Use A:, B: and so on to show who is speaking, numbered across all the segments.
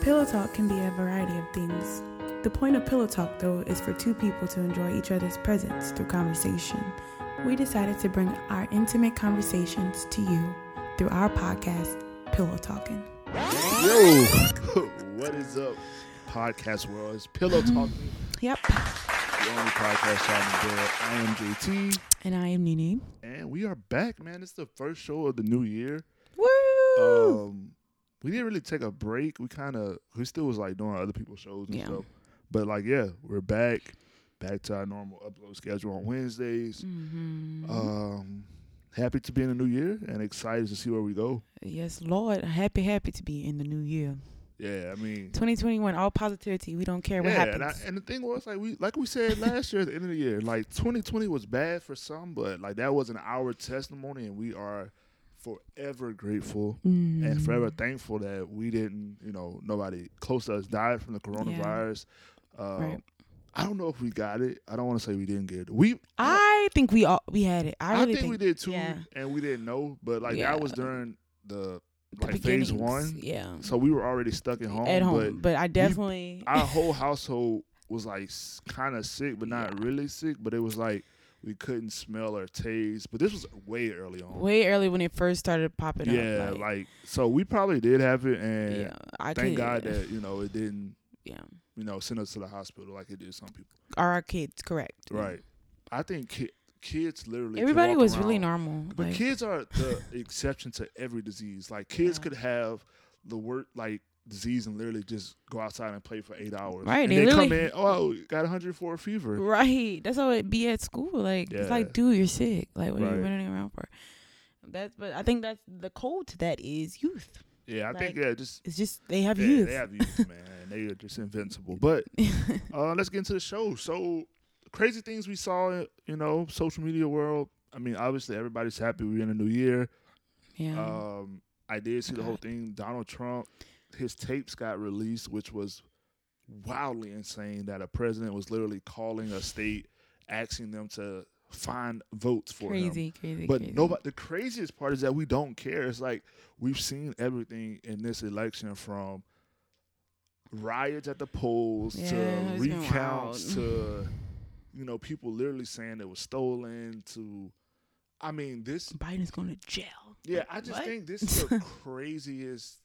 A: Pillow talk can be a variety of things. The point of pillow talk, though, is for two people to enjoy each other's presence through conversation. We decided to bring our intimate conversations to you through our podcast, Pillow Talking.
B: Yo, what is up, podcast world? It's Pillow Talk,
A: Mm-hmm. Yep.
B: the only podcast y'all can do. I am JT,
A: And I am Nini.
B: and we are back, man. It's the first show of the new year.
A: Woo!
B: Um, we didn't really take a break. We kind of, we still was like doing other people's shows and
A: Yeah.
B: stuff. But like, yeah, we're back, back to our normal upload schedule on Wednesdays.
A: hmm
B: Um, happy to be in the new year and excited to see where we go.
A: yes, Lord. Happy, happy to be in the new year.
B: Yeah, I mean,
A: 2021, all positivity. We don't care what
B: yeah, and, I,
A: happens.
B: and the thing was like we like we said last year at the end of the year, like 2020 was bad for some, but like that wasn't our testimony, and we are forever grateful
A: Mm-hmm.
B: and forever thankful that we didn't, you know, nobody close to us died from the coronavirus. Um,
A: Right.
B: I don't know if we got it. I don't want to say we didn't get it. We, I,
A: I think we all we had it. I
B: I
A: really
B: think, we did too,
A: yeah.
B: and we didn't know, but like
A: Yeah.
B: that was during the
A: the
B: like phase
A: beginnings,
B: one,
A: Yeah.
B: so we were already stuck at home.
A: at home,
B: but
A: but, I definitely
B: our whole household was like kind of sick, but not really sick. But it was like we couldn't smell or taste. But this was way early on.
A: way early when it first started popping
B: yeah,
A: up.
B: like, so we probably did have it, and
A: yeah, I could,
B: thank God that you know it didn't
A: yeah,
B: you know send us to the hospital like it did some people.
A: are uh, our kids correct?
B: Right. I think ki- kids literally could
A: Everybody
B: walk
A: was really
B: around-
A: normal.
B: But
A: like,
B: kids are the exception to every disease. Like kids
A: Yeah.
B: could have the word like disease and literally just go outside and play for eight hours.
A: Right,
B: And
A: they
B: they, come
A: literally-
B: in, oh, got 104 fever.
A: right? That's how it be at school. Like it's
B: Yeah.
A: like, dude, you're sick. Like what are you
B: Right.
A: running around for? That's but I think that's the code to that is youth.
B: Yeah, I think
A: Like,
B: yeah, just
A: It's just they have
B: yeah,
A: youth.
B: they have youth, man. They are just invincible. But uh, let's get into the show. So crazy things we saw, you know, social media world. I mean, obviously everybody's happy we're in a new year.
A: yeah.
B: Um, I did see the whole thing. Donald Trump, his tapes got released, which was wildly insane. That a president was literally calling a state, asking them to find votes for him.
A: crazy, crazy,
B: But
A: crazy.
B: nobody. The craziest part is that we don't care. It's like we've seen everything in this election from riots at the polls
A: Yeah,
B: to
A: it's been
B: recounts
A: wild.
B: to you know people literally saying it was stolen to. I mean, this.
A: Biden's going to jail.
B: Yeah, I just
A: What?
B: think this is the craziest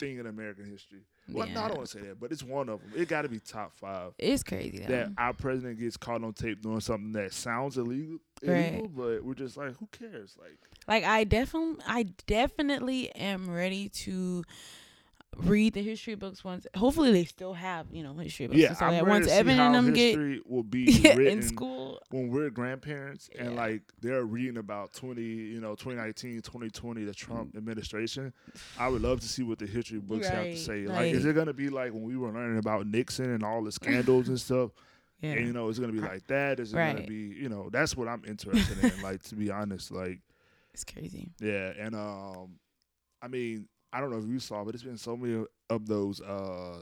B: thing in American history. Well, no, I
A: Yeah.
B: don't want to say that, but it's one of them. It got to be top five.
A: It's crazy. Though.
B: That our president gets caught on tape doing something that sounds illegal, illegal but we're just like, who cares? Like,
A: Like I definitely, I definitely am ready to read the history books once. Hopefully, they still have you know history books.
B: yeah,
A: and stuff
B: I'm
A: like that.
B: ready
A: once
B: to see
A: Evan
B: how
A: and them get
B: history will be
A: yeah,
B: written
A: in school,
B: when we're grandparents and
A: Yeah.
B: like they're reading about 20, you know, 2019, 2020, the Trump administration. I would love to see what the history books have
A: Mm. Right,
B: to say. Like, is
A: like-
B: it gonna be like when we were learning about Nixon and all the scandals and stuff?
A: yeah,
B: And you know, it's gonna be like that. Is it gonna
A: Right.
B: be, you know, that's what I'm interested in. Like to be honest, like
A: it's crazy.
B: yeah, and um, I mean, I don't know if you saw, but it's been so many of those uh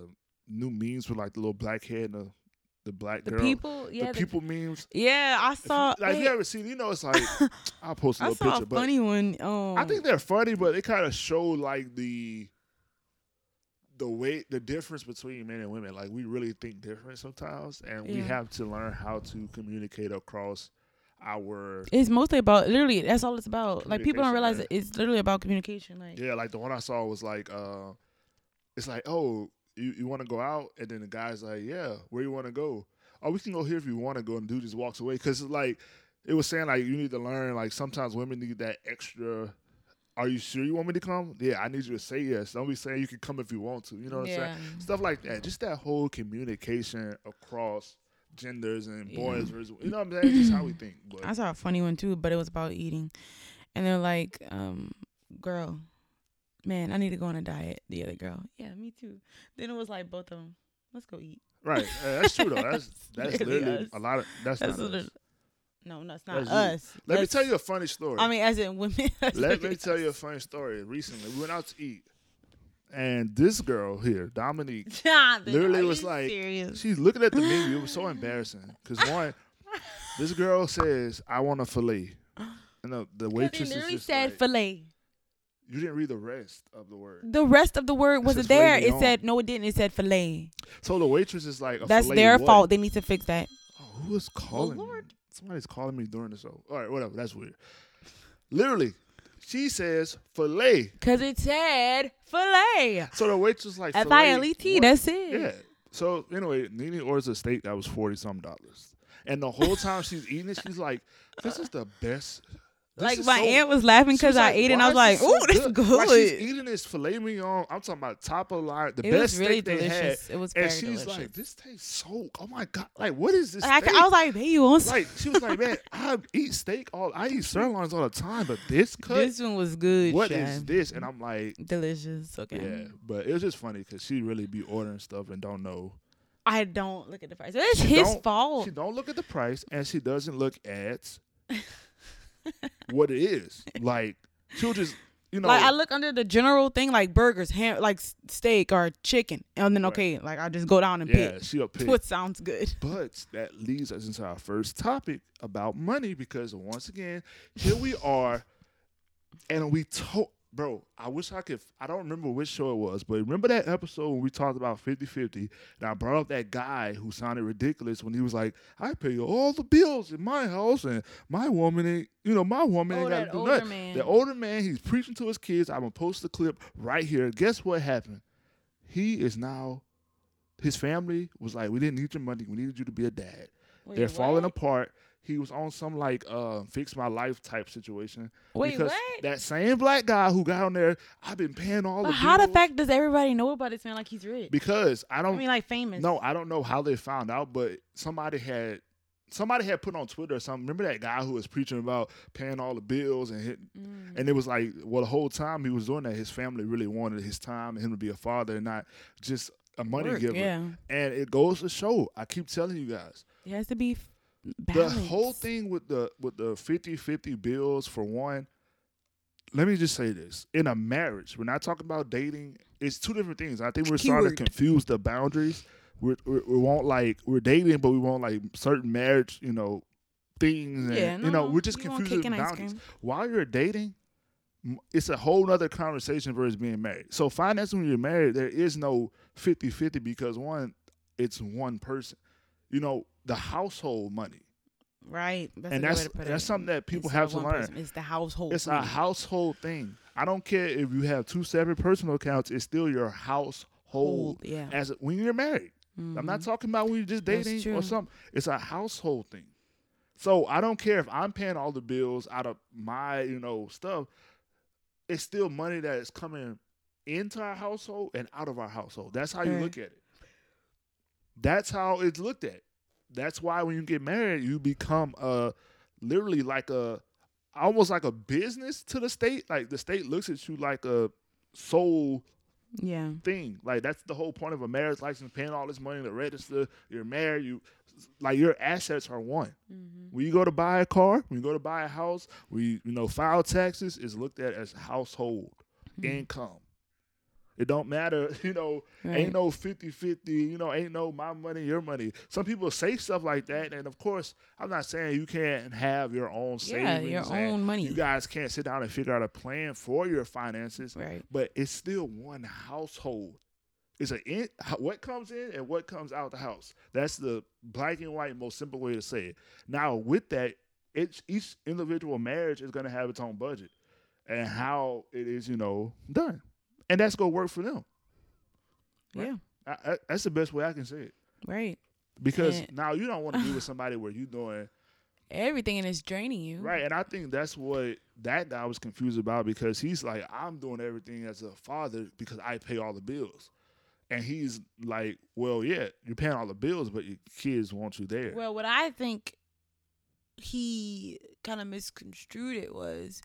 B: new memes with like the little black head and the the black
A: The
B: girl,
A: people, yeah,
B: the
A: the-
B: people memes.
A: yeah. I
B: If you-
A: saw.
B: like, if you
A: wait,
B: ever seen, you know, it's like I'll post a
A: I
B: little
A: saw
B: picture,
A: a funny one. Um,
B: but I think they're funny, but they kind of show like the the way the difference between men and women. Like we really think different sometimes, and we
A: Yeah.
B: have to learn how to communicate across our
A: it's mostly about literally. That's all it's about. Like people don't
B: Communication,
A: realize
B: yeah.
A: that it's literally about communication. Like
B: Yeah, like the one I saw was like, uh, it's like, oh, you, you want to go out, and then the guy's like, yeah, where you want to go? Oh, we can go here if you want to go, and dude just walks away because like it was saying like you need to learn like sometimes women need that extra. Are you sure you want me to come? Yeah, I need you to say yes. Don't be saying you can come if you want to. You know what I'm
A: yeah,
B: saying? Stuff like that. Just that whole communication across genders and
A: Yeah.
B: boys versus you know what I'm saying? Just how we think.
A: I
B: But
A: saw a funny one too, but it was about eating, and they're like, um, "Girl, man, I need to go on a diet." The other girl, yeah, me too. Then it was like both of them, let's go eat.
B: right, uh, that's true though. That's that's
A: Literally
B: literally
A: us.
B: a lot of that's,
A: That's
B: not.
A: what
B: us.
A: it- no, no, it's not
B: That's you.
A: us.
B: Let me
A: That's-
B: tell you a funny story.
A: I mean, as in women. that's
B: Let
A: really
B: me tell you a
A: us.
B: funny story. Recently, we went out to eat, and this girl here, Dominique,
A: Jonathan,
B: Literally
A: are
B: was
A: you
B: like,
A: serious?
B: she's looking at the menu. It was so embarrassing because one, this girl says, "I want a fillet," and the, the
A: But they
B: waitress is
A: literally
B: just
A: said
B: like,
A: fillet.
B: You didn't read the rest of the word.
A: The rest of the word
B: It
A: wasn't
B: says
A: there.
B: filet
A: It
B: mignon.
A: said no, it didn't. It said filet.
B: So the waitress is like, a
A: That's
B: filet
A: their
B: what?
A: fault. They need to fix that.
B: Oh, who is calling?
C: Lord.
B: Me? Somebody's calling me during the show. All right, whatever. That's weird. Literally, she says filet.
A: Cause it said filet.
B: So the waitress is like
A: F I L E T.
B: what?
A: That's it.
B: Yeah. So anyway, Nene orders a steak that was forty some dollars, and the whole time she's eating it, she's like, "This is the best." This
A: Like
B: is
A: my
B: so-
A: aunt was laughing
B: She
A: because
B: was
A: I
B: like,
A: ate it and
B: "Why
A: I was like,
B: is
A: "Ooh,
B: this
A: that's
B: so
A: good."
B: Like, she's eating this filet mignon. I'm talking about top of line, the
A: It
B: best
A: was really
B: steak they
A: delicious.
B: had.
A: It was
B: and
A: very
B: she's like,
A: delicious.
B: "This tastes so. Oh my god! Like, what is this?"
A: I,
B: steak?
A: I was like, "Babe, you want some?"
B: Like, she was like, "Man, I eat steak all. I eat sirloins all the time, but this cut,
A: this one was good.
B: what
A: child.
B: is this?" And I'm like,
A: Delicious. Okay.
B: "Yeah," but it was just funny because she really be ordering stuff and don't know.
A: I don't look at the price. It's
B: She
A: his
B: don't-
A: fault.
B: She don't look at the price and she doesn't look at what it is. Like she'll just you know
A: Like I look under the general thing, like burgers, ham, like s- steak or chicken, and then
B: Right.
A: okay, like I just go down and
B: Yeah, she'll
A: pick
B: pick.
A: what sounds good.
B: But that leads us into our first topic about money because once again, here we are and we told bro, I wish I could I don't remember which show it was, but remember that episode when we talked about 50-50 and I brought up that guy who sounded ridiculous when he was like, I pay all the bills in my house and my woman ain't you know, my woman ain't gotta do nothing.
A: man.
B: The older man, he's preaching to his kids. I'm gonna post the clip right here. Guess what happened? He is now. His family was like, "We didn't need your money. We needed you to be a dad." They're falling apart. He was on some like uh, fix my life type situation.
A: Wait,
B: because
A: what?
B: That same black guy who got on there, I've been paying all
A: But
B: the.
A: how the
B: bills."
A: fact does everybody know about this man? Like he's rich.
B: Because I
A: I
B: don't
A: mean, like famous.
B: no, I don't know how they found out, but somebody had somebody had put on Twitter or something. Remember that guy who was preaching about paying all the bills and hit, and it was like, well, the whole time he was doing that, his family really wanted his time and him to be a father and not just a money
A: Work,
B: giver.
A: Yeah,
B: And it goes to show. I keep telling you guys,
A: it has to be f- balanced.
B: the whole thing with the with the 50-50 bills for one. Let me just say this: in a marriage, we're not talking about dating. It's two different things. I think we're starting to
A: Keyword.
B: confuse the boundaries. We're, we're, we won't like we're dating, but we want like certain marriage, you know, things. And,
A: Yeah, no,
B: you know,
A: no,
B: we're just
A: you want
B: confusing
A: cake
B: the
A: and ice
B: boundaries.
A: cream.
B: While you're dating, m- it's a whole other conversation versus being married. So financing when you're married, there is no 50-50 because one, it's one person. You know, the household money.
A: right? That's
B: and
A: a good way
B: that's-
A: to put
B: that's
A: it.
B: something that people
A: It's
B: have
A: not
B: to
A: one
B: learn.
A: person, It's the household.
B: It's a
A: money.
B: household thing. I don't care if you have two separate personal accounts, it's still your household
A: Hold, yeah.
B: as when you're married. I'm not talking about when you're just
A: Mm. That's
B: dating or
A: true.
B: something. It's a household thing. So I don't care if I'm paying all the bills out of my, you know, stuff. It's still money that is coming into our household and out of our household. That's how you
A: Right.
B: look at it. That's how it's looked at. That's why when you get married, you become a literally like a almost like a business to the state. Like the state looks at you like a sole
A: Mm-hmm. Yeah.
B: thing. Like that's the whole point of a marriage license, paying all this money to register. You're married. You like your assets are one.
A: Mm-hmm.
B: When you go to buy a car, when you go to buy a house, we you, you know file taxes is looked at as household
A: Mm-hmm.
B: income. It don't matter, you know,
A: Right.
B: ain't no 50-50, you know, ain't no my money, your money. Some people say stuff like that, and of course, I'm not saying you can't have your own
A: Yeah,
B: savings.
A: your
B: and
A: own money.
B: You guys can't sit down and figure out a plan for your finances
A: right.
B: but it's still one household. It's a in, ho- what comes in and what comes out the house. That's the black and white most simple way to say it. Now, with that, each each individual marriage is going to have its own budget and how it is, you know, done, and that's going to work for them. Right.
A: Yeah.
B: I, I, that's the best way I can say it
A: Right.
B: because
A: And-
B: now you don't want to be with somebody where you doing
A: Everything and it's draining you.
B: Right, and I think that's what that guy was confused about because he's like, I'm doing everything as a father because I pay all the bills, and he's like, Well, yeah, you're paying all the bills, but your kids want you there.
A: Well, what I think he kind of misconstrued it was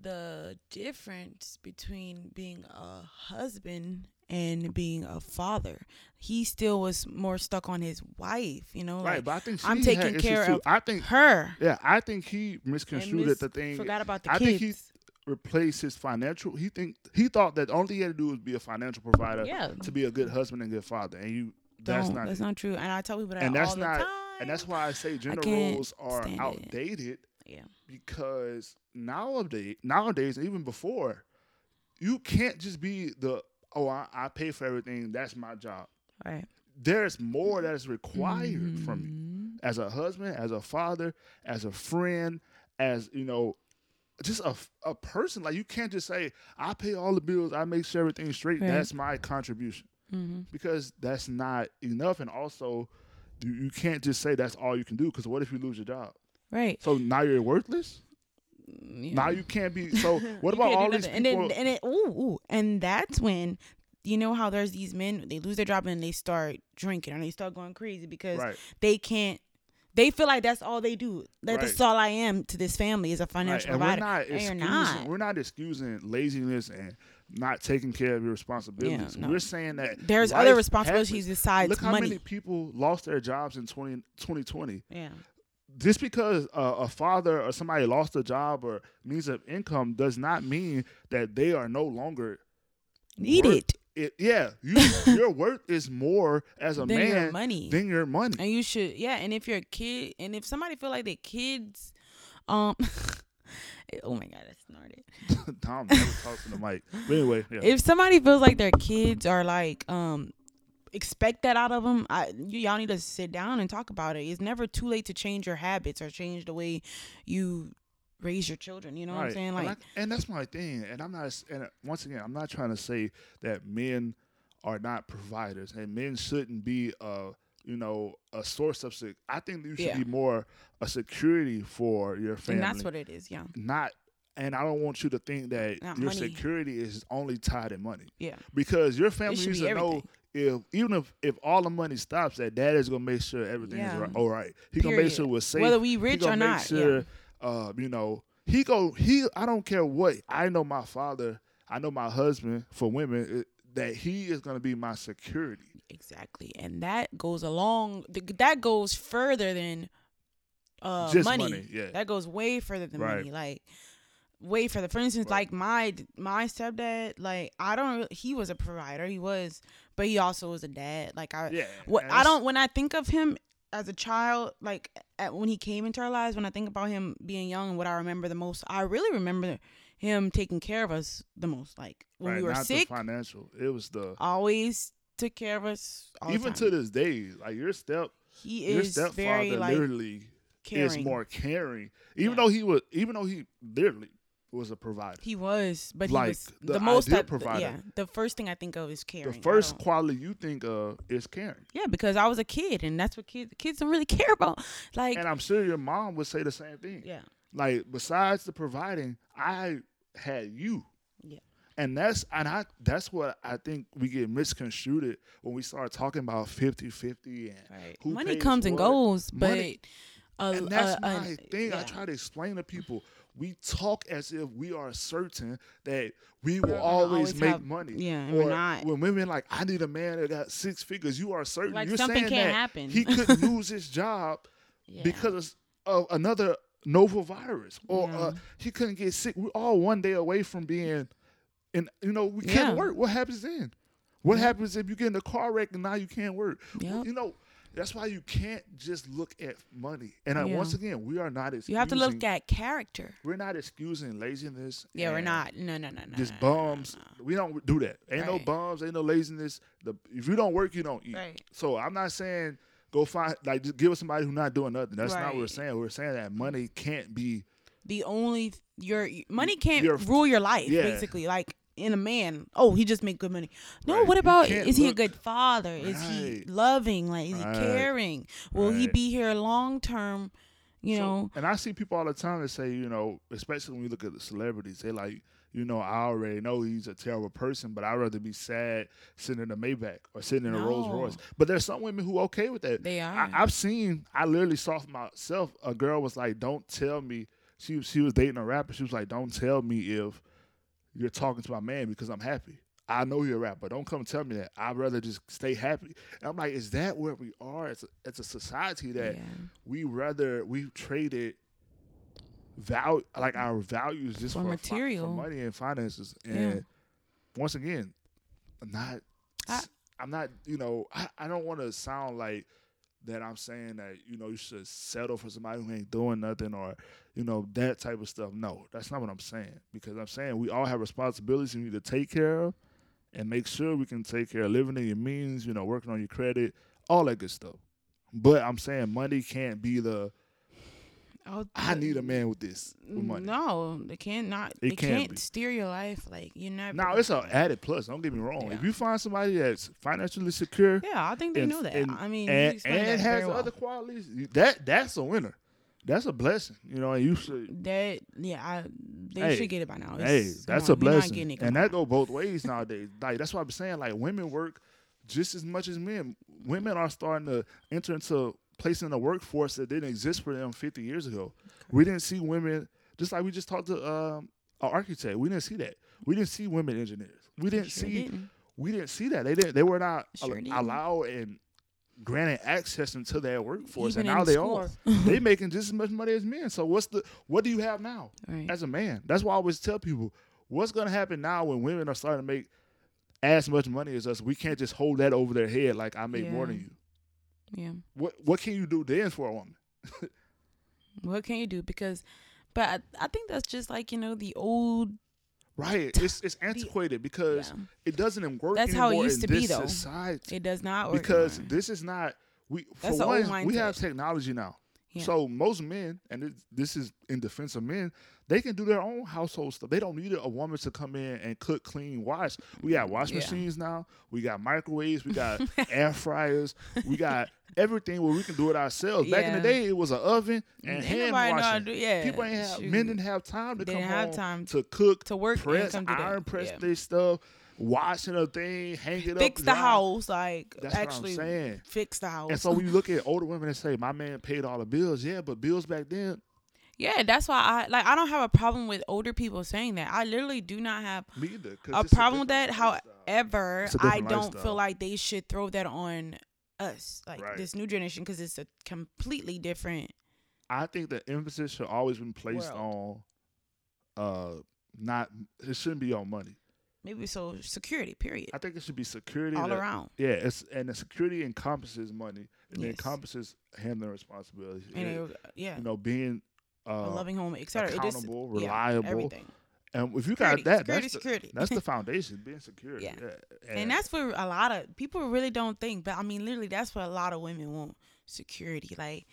A: the difference between being a husband and being a father. He still was more stuck on his wife, you know,
B: right,
A: like
B: but I think she
A: I'm
B: had
A: taking
B: issues
A: care
B: too.
A: of
B: I think,
A: her.
B: yeah, I think he
A: and
B: misconstrued
A: miss-
B: it. The thing
A: forgot about the
B: I
A: kids.
B: think he replaced his financial. He think he thought that all he had to do was be a financial provider
A: yeah,
B: to be a good husband and good father, and you. That's
A: don't,
B: not
A: that's
B: it.
A: not true. And I tell people that
B: and that's
A: all
B: not
A: the time.
B: and that's why I say gender
A: can't
B: roles are
A: stand it.
B: outdated.
A: Yeah.
B: Because nowadays nowadays even before, you can't just be the oh I, I pay for everything. That's my job.
A: Right.
B: There's more that is required from you
A: Mhm.
B: as a husband, as a father, as a friend, as you know, just a, a person. Like you can't just say, "I pay all the bills, I make sure everything's straight."
A: Right.
B: That's my contribution
A: Mhm.
B: because that's not enough. And also, you, you can't just say that's all you can do because what if you lose your job?
A: Right.
B: So now you're worthless.
A: Yeah.
B: Now you can't be. So what
A: You
B: about all
A: can't do
B: these
A: nothing.
B: people?
A: And then, and it, ooh, ooh, and that's when you know how there's these men they lose their job and they start drinking and they start going crazy because
B: right,
A: they can't. They feel like that's all they do. That
B: Right.
A: that's all I am to this family is a
B: right.
A: financial
B: And we're
A: provider.
B: not
A: and you're
B: excusing.
A: not.
B: We're not excusing laziness and not taking care of your responsibilities.
A: no.
B: We're saying that
A: There's
B: life
A: other
B: happens.
A: responsibilities besides
B: Look how
A: money.
B: many people lost their jobs in 20, 2020.
A: yeah.
B: Just because uh, a father or somebody lost a job or means of income does not mean that they are no longer
A: Need
B: worth
A: it.
B: It, yeah, you, your worth is more as a
A: Than
B: man
A: your money.
B: than your money.
A: And you should, yeah. And if you're a kid, and if somebody feel like their kids, um, oh my god, I snorted.
B: Tom never talks to the mic. But anyway, yeah.
A: If somebody feels like their kids are like, um, expect that out of them, I, you, y'all need to sit down and talk about it. It's never too late to change your habits or change the way you raise your children. You know what I'm
B: Right.
A: saying?
B: and,
A: Like,
B: I- and that's my thing. And I'm not. And uh, once again, I'm not trying to say that men are not providers and men shouldn't be a you know a source of. Sec- I think you should
A: Yeah.
B: be more a security for your family.
A: and that's what it is. Yeah,
B: not. And I don't want you to think that
A: Not
B: your
A: money.
B: security is only tied in money
A: yeah,
B: because your family
A: should
B: needs
A: be
B: to know. If, even if, if all the money stops, that dad is gonna make sure everything is
A: Yeah.
B: ri- all right. He gonna make
A: Period.
B: sure we're safe.
A: whether we
B: He
A: rich
B: gonna
A: or
B: make
A: not.
B: Sure,
A: yeah.
B: uh, you know, he go he. I don't care what. I know my father. I know my husband. For women, it, that he is gonna be my security.
A: Exactly, and that goes along. th- That goes further than uh,
B: Just
A: money.
B: money, yeah.
A: that goes way further than
B: Right.
A: money. Like way further. For instance,
B: Right.
A: like my my stepdad. Like I don't. re- He was a provider. He was, but he also was a dad. Like I.
B: Yeah.
A: What
B: and
A: I
B: that's-
A: don't. When I think of him as a child, like at, when he came into our lives, when I think about him being young, and what I remember the most, I really remember him taking care of us the most. Like when
B: right,
A: we were
B: not
A: sick,
B: The financial. It was the
A: always took care of us. All the
B: even
A: time.
B: to this day. Like your step,
A: he
B: your
A: is very
B: stepfather
A: like
B: literally
A: caring.
B: is more caring. Even
A: Yeah.
B: though he was, even though he literally was a provider.
A: he was, but
B: like,
A: he was
B: the
A: the, most
B: ideal
A: I-
B: provider.
A: Yeah, the first thing I think of is caring.
B: the
A: I
B: first
A: don't-
B: quality you think of is caring,
A: yeah, because I was a kid, and that's what kids kids don't really care about. Like,
B: and I'm sure your mom would say the same thing.
A: yeah,
B: like besides the providing i had you
A: Yeah.
B: and that's and i that's what i think we get misconstrued when we start talking about 50 50 and
A: right.
B: who
A: money
B: pays
A: comes and
B: what.
A: goes, but
B: Money-
A: a-
B: and that's
A: a-
B: my
A: a-
B: thing i
A: yeah.
B: try to explain to people we talk as if we are certain that we will always,
A: always
B: make
A: have-
B: money
A: yeah, and
B: or
A: we're not.
B: when women like i need a man that got six figures you are certain
A: Like,
B: you're
A: something
B: saying
A: can't
B: that
A: happen.
B: he could lose his job
A: Yeah.
B: because of another novel virus or
A: Yeah.
B: uh, he couldn't get sick. We're all one day away from being, and you know we
A: Yeah.
B: can't work. What happens then? What happens if you get in a car wreck and now you can't work?
A: Yep.
B: You know that's why you can't just look at money. And I,
A: Yeah.
B: once again, we are not excusing.
A: you have to look at character.
B: We're not excusing laziness.
A: Yeah, we're
B: and
A: not. No, no, no, no.
B: Just
A: no, no, no,
B: bums. We don't do that. Ain't no
A: Right.
B: bums. Ain't no laziness. The, if you don't work, you don't eat.
A: Right.
B: So I'm not saying go find like just give us somebody who's not doing nothing. That's not what we're
A: Right.
B: saying. We're saying that money can't be
A: the only your money can't
B: Your-
A: rule your life
B: yeah.
A: basically like in a man oh he just make good money no
B: Right.
A: what
B: You
A: about
B: can't
A: is he a
B: look-
A: good father is he
B: Right.
A: loving like is
B: Right.
A: he caring will he
B: Right.
A: be here long term you
B: So-
A: know
B: And I see people all the time that say, you know, especially when you look at the celebrities, they like, you know, I already know he's a terrible person, but I'd rather be sad sitting in a Maybach or sitting in a Rolls
A: No.
B: Royce. But there's some women who okay with that.
A: They are.
B: I, I've seen. I literally saw for myself. A girl was like, "Don't tell me." She she was dating a rapper. She was like, "Don't tell me if you're talking to my man because I'm happy. I know you're a rapper. Don't come tell me that. I'd rather just stay happy." And I'm like, "Is that where we are as a, as a society that?"
A: yeah.
B: we rather we've traded value like our values just
A: For
B: for, fi-
A: material.
B: for money and finances and
A: Yeah.
B: once again i'm not
A: I-
B: I, am not you know i, I don't want to sound like that I'm saying that you know you should settle for somebody who ain't doing nothing or you know that type of stuff. No, that's not what I'm saying because I'm saying we all have responsibilities we need to take care of and make sure we can take care of living in your means, you know, working on your credit, all that good stuff. But I'm saying money can't be the
A: Oh,
B: I need a man with this with money.
A: No, they can't not.
B: It
A: they
B: can't
A: can't
B: be.
A: steer your life. Like you're never.
B: Now it's an added plus. Don't get me wrong. If
A: Yeah.
B: you find somebody that's financially secure
A: yeah, I think they
B: and,
A: know that.
B: and-
A: I mean, you
B: and,
A: explained
B: and
A: that
B: has
A: very well.
B: other qualities, you- that that's a winner. That's a blessing, you know. And you should,
A: that yeah, I, they
B: Hey,
A: should get it by now.
B: hey,
A: It's- come
B: that's
A: on,
B: a
A: you're not
B: blessing,
A: getting it, come
B: and that
A: on.
B: go both ways nowadays. Like that's why I'm saying, like women work just as much as men. Women are starting to enter into place in the workforce that didn't exist for them 50 years ago. We didn't see women, just like we just talked to um, an architect. We didn't see that. We didn't see women engineers. We didn't
A: Sure
B: see
A: didn't.
B: we didn't see that. They didn't. They were not
A: Sure
B: al-
A: didn't.
B: allowed and granted access into their workforce,
A: Even
B: and now
A: in
B: they
A: schools.
B: are. they making just as much money as men. So what's the what do you have now
A: Right.
B: as a man? That's why I always tell people what's going to happen now when women are starting to make as much money as us. We can't just hold that over their head like I make more
A: Yeah.
B: than you.
A: Yeah.
B: What what can you do then for a woman?
A: What can you do? Because, but I, I think that's just like you know the old.
B: Right. It's it's antiquated because
A: Yeah.
B: it doesn't work.
A: That's how it
B: anymore
A: used to
B: in
A: be,
B: this
A: though.
B: Society.
A: It does not work
B: because
A: anymore.
B: this is not we
A: That's
B: for
A: an old
B: one we
A: mindset.
B: have technology now
A: Yeah.
B: so most men and it, this is in defense of men they can do their own household stuff they don't need a woman to come in and cook clean wash we got wash
A: Yeah.
B: machines now we got microwaves we got air fryers we got everything where we can do it ourselves back in the
A: Yeah.
B: day it was an oven and
A: Ain't
B: hand
A: nobody know how to
B: washing
A: do- yeah,
B: people ain't have,
A: shoot.
B: men didn't have time to
A: They
B: come
A: didn't have
B: home
A: time
B: to cook
A: to work and
B: press
A: come do that.
B: iron press
A: Yeah.
B: their stuff washing a thing hang it
A: fix
B: up
A: the
B: dry.
A: house, like
B: That's what I'm
A: actually oh,
B: saying.
A: fix the house.
B: And so when you look at older women and say, "My man paid all the bills," yeah, but bills back then,
A: yeah, that's why I like. I don't have a problem with older people saying that. I literally do not have
B: me either. 'cause
A: a
B: it's
A: problem with that.
B: different lifestyle.
A: However,
B: It's a
A: I
B: different
A: don't
B: lifestyle.
A: feel like they should throw that on us, like
B: Right.
A: this new generation, because it's a completely different.
B: I think the emphasis should always be placed on, uh, not it shouldn't be on money.
A: Maybe so security. Period.
B: I think it should be security
A: All
B: that-
A: around.
B: Yeah, it's and the security encompasses money. and It
A: Yes.
B: encompasses handling responsibilities.
A: You
B: It-
A: know, yeah,
B: you know, being
A: a
B: uh,
A: loving home, etc. It just
B: accountable,
A: yeah,
B: reliable,
A: everything.
B: and if you
A: Security,
B: got that,
A: security,
B: that's the,
A: security.
B: that's the foundation. Being secure.
A: Yeah.
B: And,
A: And that's what a lot of people really don't think, but I mean, literally, that's what a lot of women want security. Like,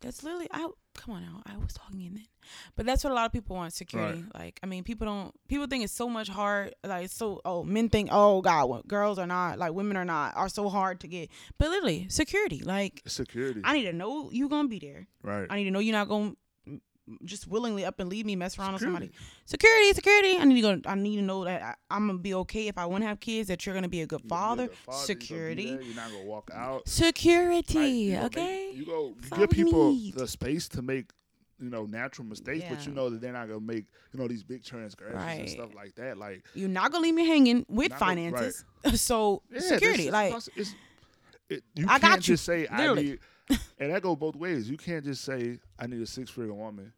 A: that's literally, I come on now, I was talking in it, but that's what a lot of people want security. Like, I mean, people don't, people think it's so much hard. Like, it's so, oh, men think, oh, God, what, girls are not, like, women are not, are so hard to get. But literally, security. Like,
B: security.
A: I need to know you going to be there.
B: right.
A: I need to know you're not going to just willingly up and leave me, mess around with somebody security,
B: Security.
A: security. I need to go. I need to know that I, I'm gonna be okay if I want to have kids. That you're gonna be a good
B: You're gonna
A: father.
B: be a good father, you're gonna be
A: security,
B: there, You're not gonna walk out. Like,
A: security.
B: you gonna make-
A: okay.
B: you go you
A: That's all
B: give
A: we
B: people
A: need.
B: the space to make you know natural mistakes, but you
A: Yeah.
B: know that they're not gonna make you know these big transgressions
A: Right.
B: and stuff like that. Like
A: you're not gonna leave me hanging with
B: Not gonna- right.
A: finances. so
B: yeah, that's
A: security,
B: just
A: like
B: possi- it's, it, you
A: I
B: can't
A: got you,
B: just say
A: literally.
B: I need, and that go both ways. You can't just say I need a six figure woman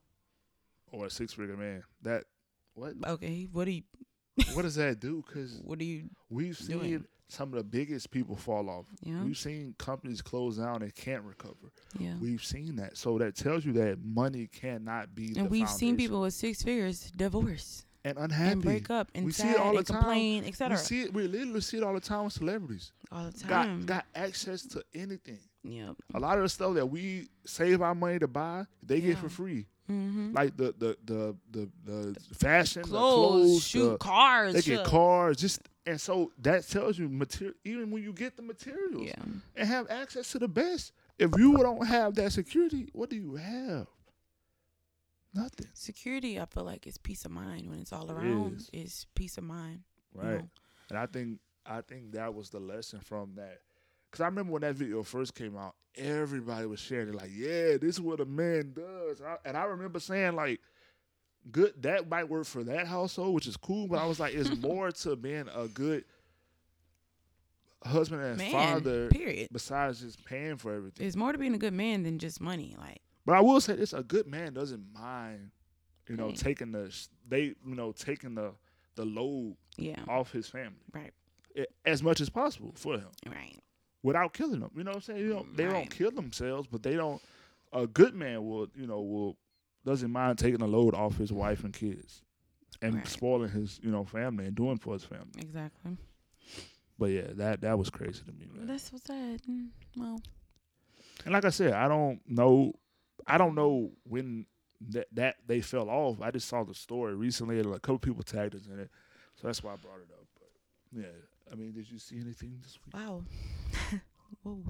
B: or a six figure man. That what
A: okay, what do you,
B: what does that do? Because
A: what do you,
B: we've seen
A: Doing.
B: some of the biggest people fall off.
A: Yeah.
B: We've seen companies close down and can't recover.
A: yeah.
B: We've seen that. So that tells you that money cannot be the
A: and we've seen
B: foundation.
A: people with six figures divorce
B: and unhappy
A: and break up and
B: we see
A: sad
B: it all
A: and
B: the time.
A: complain,
B: We
A: etc.
B: see it. We literally see it all the time with celebrities.
A: All the time.
B: Got got access to anything.
A: Yep.
B: A lot of the stuff that we save our money to buy, they
A: Yeah.
B: get for free.
A: Mm-hmm.
B: Like the the the the, the, fashion, the
A: Clothes,
B: clothes,
A: shoot,
B: the-
A: cars.
B: they get
A: shit.
B: cars. Just and so that tells you material. Even when you get the materials
A: Yeah.
B: and have access to the best, if you don't have that security, what do you have? Nothing.
A: Security, I feel like, is peace of mind when it's all
B: It
A: around.
B: is.
A: Is. peace of mind. you
B: Right.
A: know?
B: And I think I think that was the lesson from that. Cause I remember when that video first came out, everybody was sharing it like, "Yeah, this is what a man does." And I, and I remember saying like, "Good, that might work for that household, which is cool." But I was like, "It's more to being a good husband and
A: Man.
B: father
A: Period.
B: besides just paying for everything."
A: It's more to being a good man than just money. Like,
B: But I will say this: a good man doesn't mind, you know,
A: Right.
B: taking the sh- they, you know, taking the the load
A: yeah.
B: off his family
A: Right.
B: eh, as much as possible for him.
A: Right.
B: without killing them. You know what I'm saying? You don't, they
A: Right.
B: don't kill themselves, but they don't. A good man will, you know, will doesn't mind taking a load off his wife and kids, and
A: Right.
B: spoiling his, you know, family and doing for his family.
A: Exactly.
B: But yeah, that that was crazy to me, man.
A: That's what's that. Mm, Well,
B: And like I said, I don't know, I don't know when that that they fell off. I just saw the story recently, and a couple people tagged us in it, so that's why I brought it up. But yeah, I mean, did you see anything this week?
A: wow. Whoa.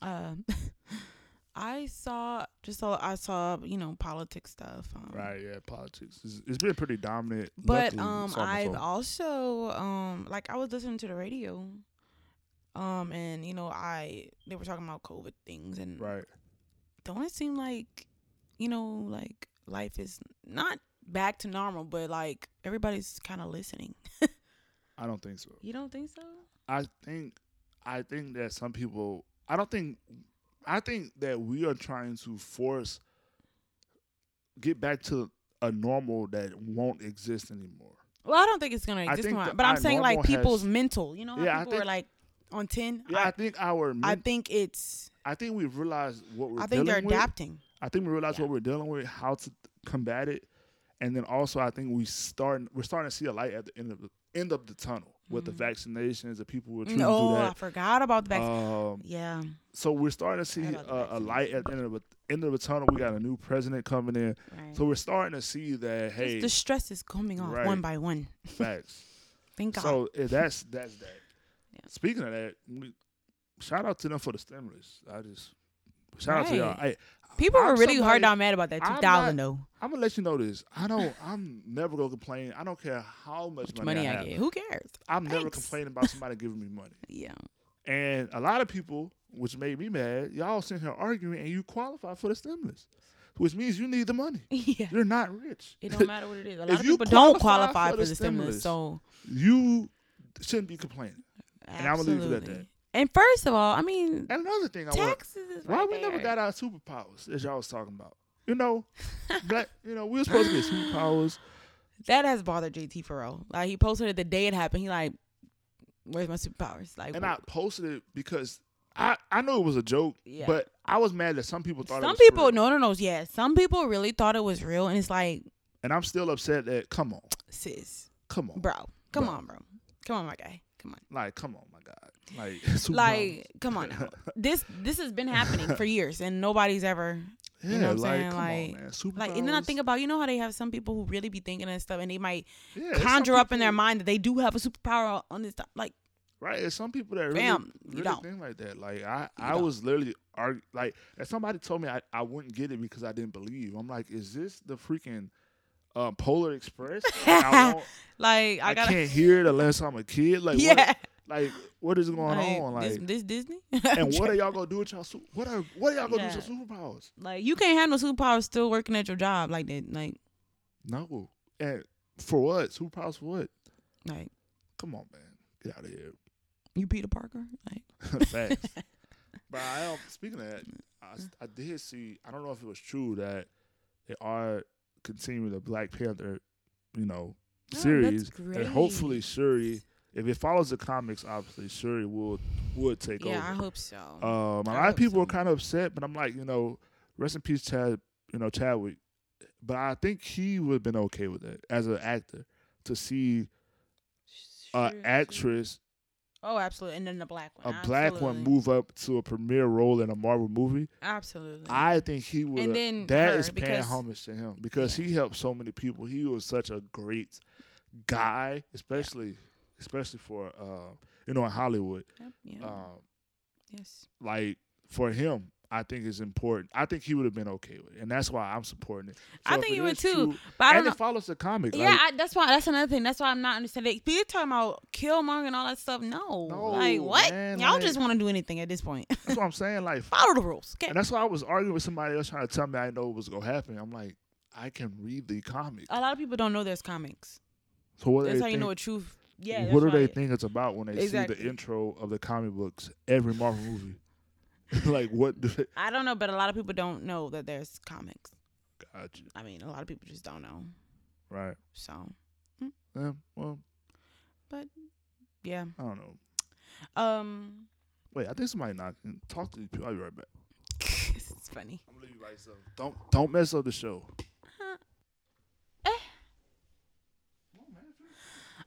A: Um, I saw just saw I saw you know politics stuff. Um,
B: Right, yeah, politics. It's, it's been pretty dominant.
A: But
B: Luckily,
A: um,
B: it's almost
A: I've
B: over.
A: also um, like I was listening to the radio, um, and you know I they were talking about COVID things, and
B: right.
A: don't it seem like, you know, like life is not back to normal, but like everybody's kind of listening.
B: I don't think so.
A: You don't think so?
B: I think I think that some people I don't think I think that we are trying to force get back to a normal that won't exist anymore.
A: Well, I don't think it's gonna exist,
B: think
A: tomorrow,
B: that
A: but I'm
B: our
A: saying like
B: normal
A: people's
B: has-
A: mental. You know how
B: Yeah, I
A: people are
B: think-
A: like on ten.
B: Yeah, I, think our men-
A: I,
B: I,
A: I think it's.
B: think we've realized what we're
A: I think they're
B: dealing with.
A: adapting.
B: I think we realize
A: Yeah.
B: what we're dealing with, how to combat it, and then also I think we start we're starting to see a light at the end of the end of the tunnel with the vaccinations, the people who are trying
A: No, Mm-hmm. Mm, oh, I
B: to
A: forgot about the
B: do that.
A: vaccine.
B: Um,
A: yeah,
B: so we're starting to see
A: Forgot
B: a,
A: about the
B: a light at the end of a, end of the tunnel. We got a new president coming in,
A: right.
B: so we're starting to see that.
A: Just
B: Hey,
A: the stress is coming off
B: Right.
A: one by one.
B: facts.
A: Thank God.
B: So eh, that's that's that.
A: Yeah.
B: Speaking of that, we, shout out to them for the stimulus. I just shout out to y'all.
A: Right.
B: I,
A: People
B: I'm
A: were really hard
B: somebody-
A: down mad about that
B: I'm
A: 2000
B: not-
A: though.
B: I'm gonna let you know this. I don't. I'm never gonna complain. I don't care how much
A: Which
B: money,
A: money
B: I,
A: I
B: have.
A: get? Who cares?
B: I'm never
A: Thanks.
B: complaining about somebody giving me money.
A: Yeah.
B: And a lot of people, which made me mad, y'all sitting here arguing, and you qualify for the stimulus, which means you need the money.
A: Yeah.
B: You're not rich.
A: It don't matter what it is. A lot
B: If
A: of
B: you
A: people don't
B: qualify
A: qualify
B: for
A: for
B: the
A: the stimulus.
B: stimulus,
A: So
B: you shouldn't be complaining.
A: absolutely.
B: And I'ma leave it at that.
A: And first of all, I mean,
B: And another thing I want
A: taxes is
B: why
A: right
B: we never
A: there.
B: got our superpowers as y'all was talking about. You know, black you know, we were supposed to get superpowers.
A: that has bothered JT Farrell. Like he posted it the day it happened. He like, where's my superpowers? Like,
B: And I posted it because I, I know it was a joke,
A: Yeah.
B: but I was mad that some people thought it
A: some
B: was
A: people,
B: real.
A: no, no, no, yeah, some people really thought it was real, and it's like,
B: And I'm still upset that come on.
A: sis,
B: Come on.
A: bro, come
B: Bro.
A: on, bro, come on, my guy, come on.
B: Like, come on, my God. Like
A: like come on now this this has been happening for years and nobody's ever
B: superpowers. yeah,
A: you know what i'm
B: like,
A: saying
B: come
A: like
B: on, man. Superpowers.
A: like and then i think about you know how they have some people who really be thinking and stuff and they might
B: Yeah, it's some
A: conjure up in their
B: people-
A: mind that they do have a superpower on this time like
B: Right. There's some people that really,
A: Fam, you
B: really
A: don't.
B: think like that. Like I,
A: You
B: I
A: don't.
B: was literally argue, like if somebody told me I, I wouldn't get it because I didn't believe. I'm like, is this the freaking uh, Polar Express? Like, I, won't-
A: like i,
B: I
A: gotta
B: can't hear it unless I'm a kid. Like
A: yeah
B: what, like what is going
A: like,
B: on?
A: this,
B: Like
A: this disney
B: and what are y'all gonna do with y'all su- what are what are y'all gonna do with
A: Yeah.
B: your superpowers?
A: like you can't have no superpower still working at your job like that like
B: No. And for what? Superpowers for what?
A: like
B: Come on, man. Get out of here.
A: you peter parker like Oh,
B: Facts. but I am speaking of that, I, s- I did see. I don't know if it was true that they are continuing the Black Panther, you know,
A: Oh, that's
B: series, and
A: great.
B: hopefully Shuri, if it follows the comics, obviously Shuri will would take
A: yeah i
B: over.
A: hope so
B: um, a
A: I
B: lot of
A: hope
B: people
A: so.
B: are kind of upset, but I'm like, you know, rest in peace, Chad. You know, Chadwick. But I think he would have been okay with it as an actor to see
A: Sure,
B: an
A: sure.
B: actress
A: oh absolutely and then the black one
B: a black one
A: absolutely.
B: move up to a premier role in a Marvel movie,
A: absolutely
B: I think he would.
A: And then
B: that
A: her,
B: is paying
A: because-
B: homage to him because he helped so many people. He was such a great guy, especially especially for uh, you know in Hollywood.
A: Yep, yeah.
B: Um,
A: yes.
B: like for him, I think it's important. I think he would have been okay with it, and that's why I'm supporting it.
A: I
B: if
A: think
B: it
A: he would
B: is
A: too,
B: true-
A: But I
B: and
A: don't
B: it
A: know.
B: follows the comic.
A: Yeah,
B: like,
A: I, that's why. That's another thing. That's why I'm not understanding. People talking about Killmonger and all that stuff. No,
B: No,
A: like what?
B: man,
A: Y'all
B: like-
A: just want to do anything at this point.
B: that's what I'm saying. Like
A: Follow the rules. Okay.
B: And that's why I was arguing with somebody else trying to tell me I know what was gonna happen. I'm like, I can read the comic.
A: A lot of people don't know there's comics.
B: So what do
A: Uh, That's
B: they
A: how you
B: think-
A: know a truth. Yeah.
B: what
A: that's
B: do they
A: right.
B: think it's about when they see
A: Exactly.
B: the intro of the comic books every Marvel movie? like what? Do they,
A: I don't know, but a lot of people don't know that there's comics.
B: gotcha.
A: I mean, a lot of people just don't know.
B: Right.
A: So
B: Yeah, well,
A: yeah.
B: I don't know.
A: Um.
B: Wait, I think somebody knocking. Talk to these people. I'll be right back.
A: this is funny.
B: I'm gonna leave you by yourself. Don't don't mess up the show.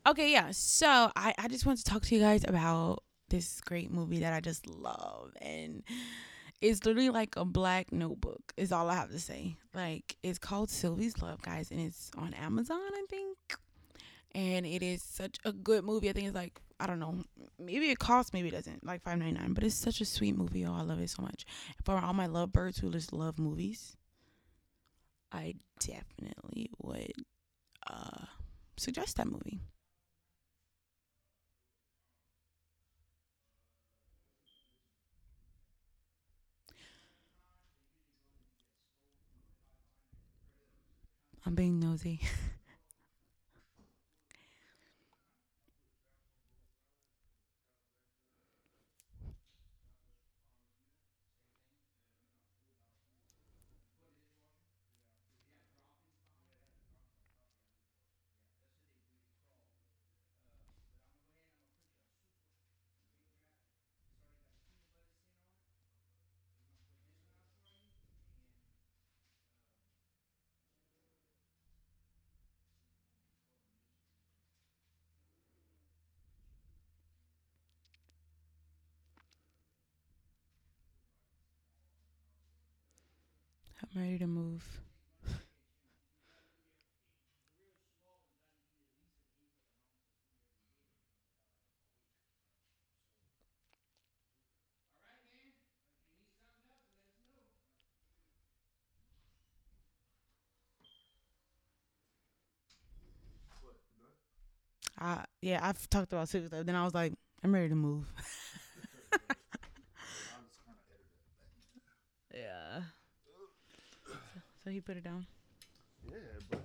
A: Okay, yeah. So I, I just want to talk to you guys about this great movie that I just love. And it's literally like a black notebook, is all I have to say. Like, it's called Sylvie's Love, guys, and it's on Amazon, I think. And it is such a good movie. I think it's like, I don't know, maybe it costs, maybe it doesn't, like five ninety nine. But it's such a sweet movie. Oh, I love it so much. For all my lovebirds who just love movies, I definitely would uh, suggest that movie. I'm being nosy. I'm ready to move. Uh, yeah, I've talked about six. Then I was like, I'm ready to move. yeah. So he put it down.
B: Yeah, but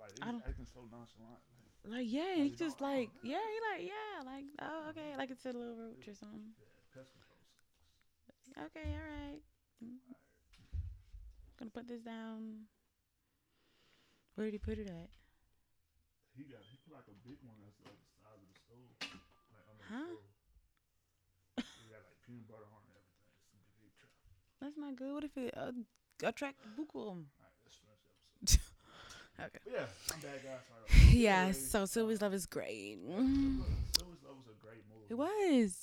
B: like
A: I don't-
B: acting so nonchalant.
A: Like yeah, he just like yeah, he like yeah, like oh okay, like it's a little roach or something. Okay, all right. Mm. Gonna put this down. Where did he put it at?
B: He got he put like a big one that's like the size of the stove. Like under
A: Huh?
B: the stove. He got like peanut butter on it and everything. It's a big, big trap.
A: That's not good. What if it uh, attract bookworm?
B: Alright, let's finish the episode.
A: Okay.
B: But yeah, I'm bad guy. Sorry.
A: Yeah. So Sylvie's love is great. Mm.
B: Silver's Love was a great movie.
A: It was,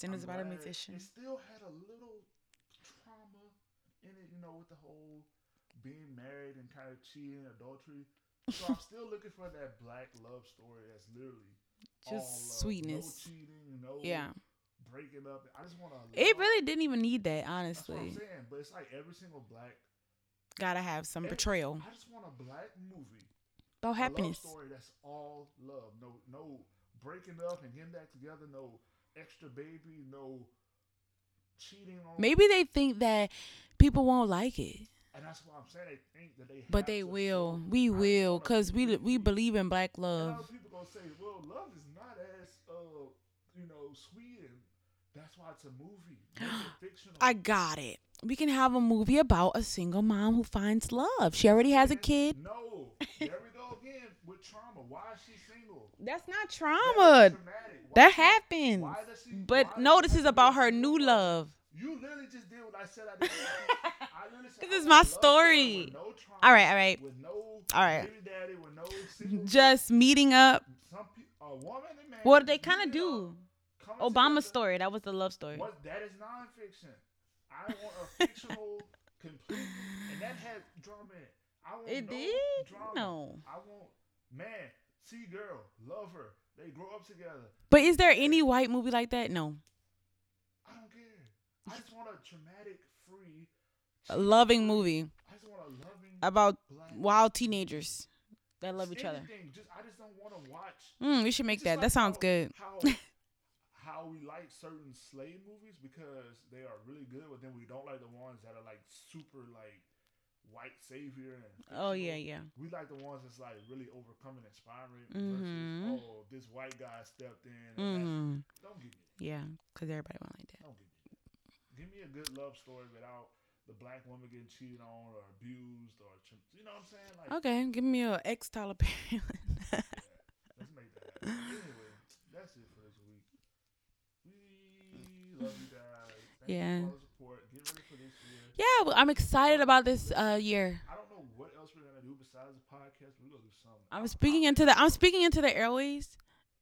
A: and it was
B: I'm
A: about a
B: glad
A: musician.
B: It still had a little trauma in it, you know, with the whole being married and kind of cheating, adultery. So I'm still looking for that black love story that's literally
A: Just
B: all love.
A: sweetness.
B: no cheating, no
A: Yeah.
B: breaking up. I just want to.
A: It really didn't even need that,
B: That's what I'm
A: honestly.
B: saying, but it's like every single black.
A: Gotta have some
B: every-
A: betrayal.
B: I just want a black movie
A: Oh,
B: a love
A: happiness.
B: story that's all love. No, no breaking up and getting back together. No extra baby. No cheating on.
A: Maybe they think that people won't like it,
B: And that's why I'm saying they think that they. have
A: but they
B: to
A: will.
B: show-
A: We
B: I
A: will,
B: wanna-
A: cause we we believe in black
B: And a lot
A: love.
B: of people gonna say, "Well, love is not as uh, you know, sweet." And that's why it's a movie. Make it fictional.
A: I got it. We can have a movie about a single mom who finds love. She already has a
B: And
A: kid.
B: No, there we go again with trauma. Why is she single?
A: That's not
B: That is
A: trauma.
B: traumatic. Why
A: That
B: she-
A: happens.
B: why does she- why
A: But
B: does
A: no,
B: she
A: this
B: have
A: is
B: to
A: about
B: be
A: her
B: single?
A: new love.
B: You literally just did what I said I did. I literally said,
A: 'Cause
B: I
A: it's
B: want
A: my
B: a love
A: story.
B: with no trauma,
A: All right, all right.
B: With no all
A: right.
B: daddy, with no single-
A: Just meeting up.
B: some pe- a woman and man.
A: Well, they kind of
B: meeting up,
A: do.
B: coming
A: Obama's
B: together.
A: story. That was the love story.
B: What that is nonfiction. I want a fictional, complete, and that had drama in it. I want
A: It
B: no
A: did?
B: drama.
A: No.
B: I want man, see girl, love her. They grow up together.
A: But is there any white movie like that? No.
B: I don't care. I just want a traumatic, free.
A: A loving movie
B: I just want a loving.
A: about
B: black
A: wild teenagers that love each other.
B: anything. Just I just don't want to watch.
A: Mm, we should make
B: It's
A: that.
B: just
A: That
B: like
A: sounds
B: how-
A: good.
B: How, how we like certain slave movies because they are really good, but then we don't like the ones that are like super like white savior. And
A: Oh yeah,
B: fictional.
A: yeah.
B: We like the ones that's like really overcoming, inspiring.
A: Mhm.
B: Versus oh, this white guy stepped in. And that's-
A: Mm,
B: don't give me, that.
A: yeah. Cause everybody went like that.
B: don't give me. that. Give me a good love story without the black woman getting cheated on or abused or ch- you know what I'm saying? Like
A: Okay, give me a ex Tyler Perry.
B: Let's make that happen. Anyway, that's it for this week. We love you guys.
A: Yeah. Yeah, well, I'm excited about this uh, year.
B: I don't know what else we're gonna do besides the podcast. We're gonna do something.
A: I'm speaking into the I'm speaking into the airways.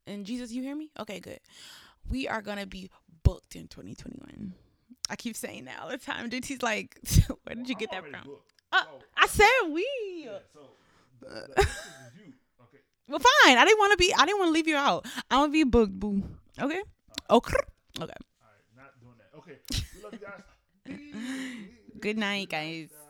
A: And Jesus, you hear me? Okay, good. We are gonna be booked in 2021. I keep saying that all the time. DT's like, where did you get that from? Uh, I Uh. said we.
B: so you. Okay.
A: Well, fine. I didn't want to be. I didn't want to leave you out. I want to be booked, boo. Okay. Okay. Okay.
B: All right. Not doing that. Okay. We love you guys.
A: Good night, guys.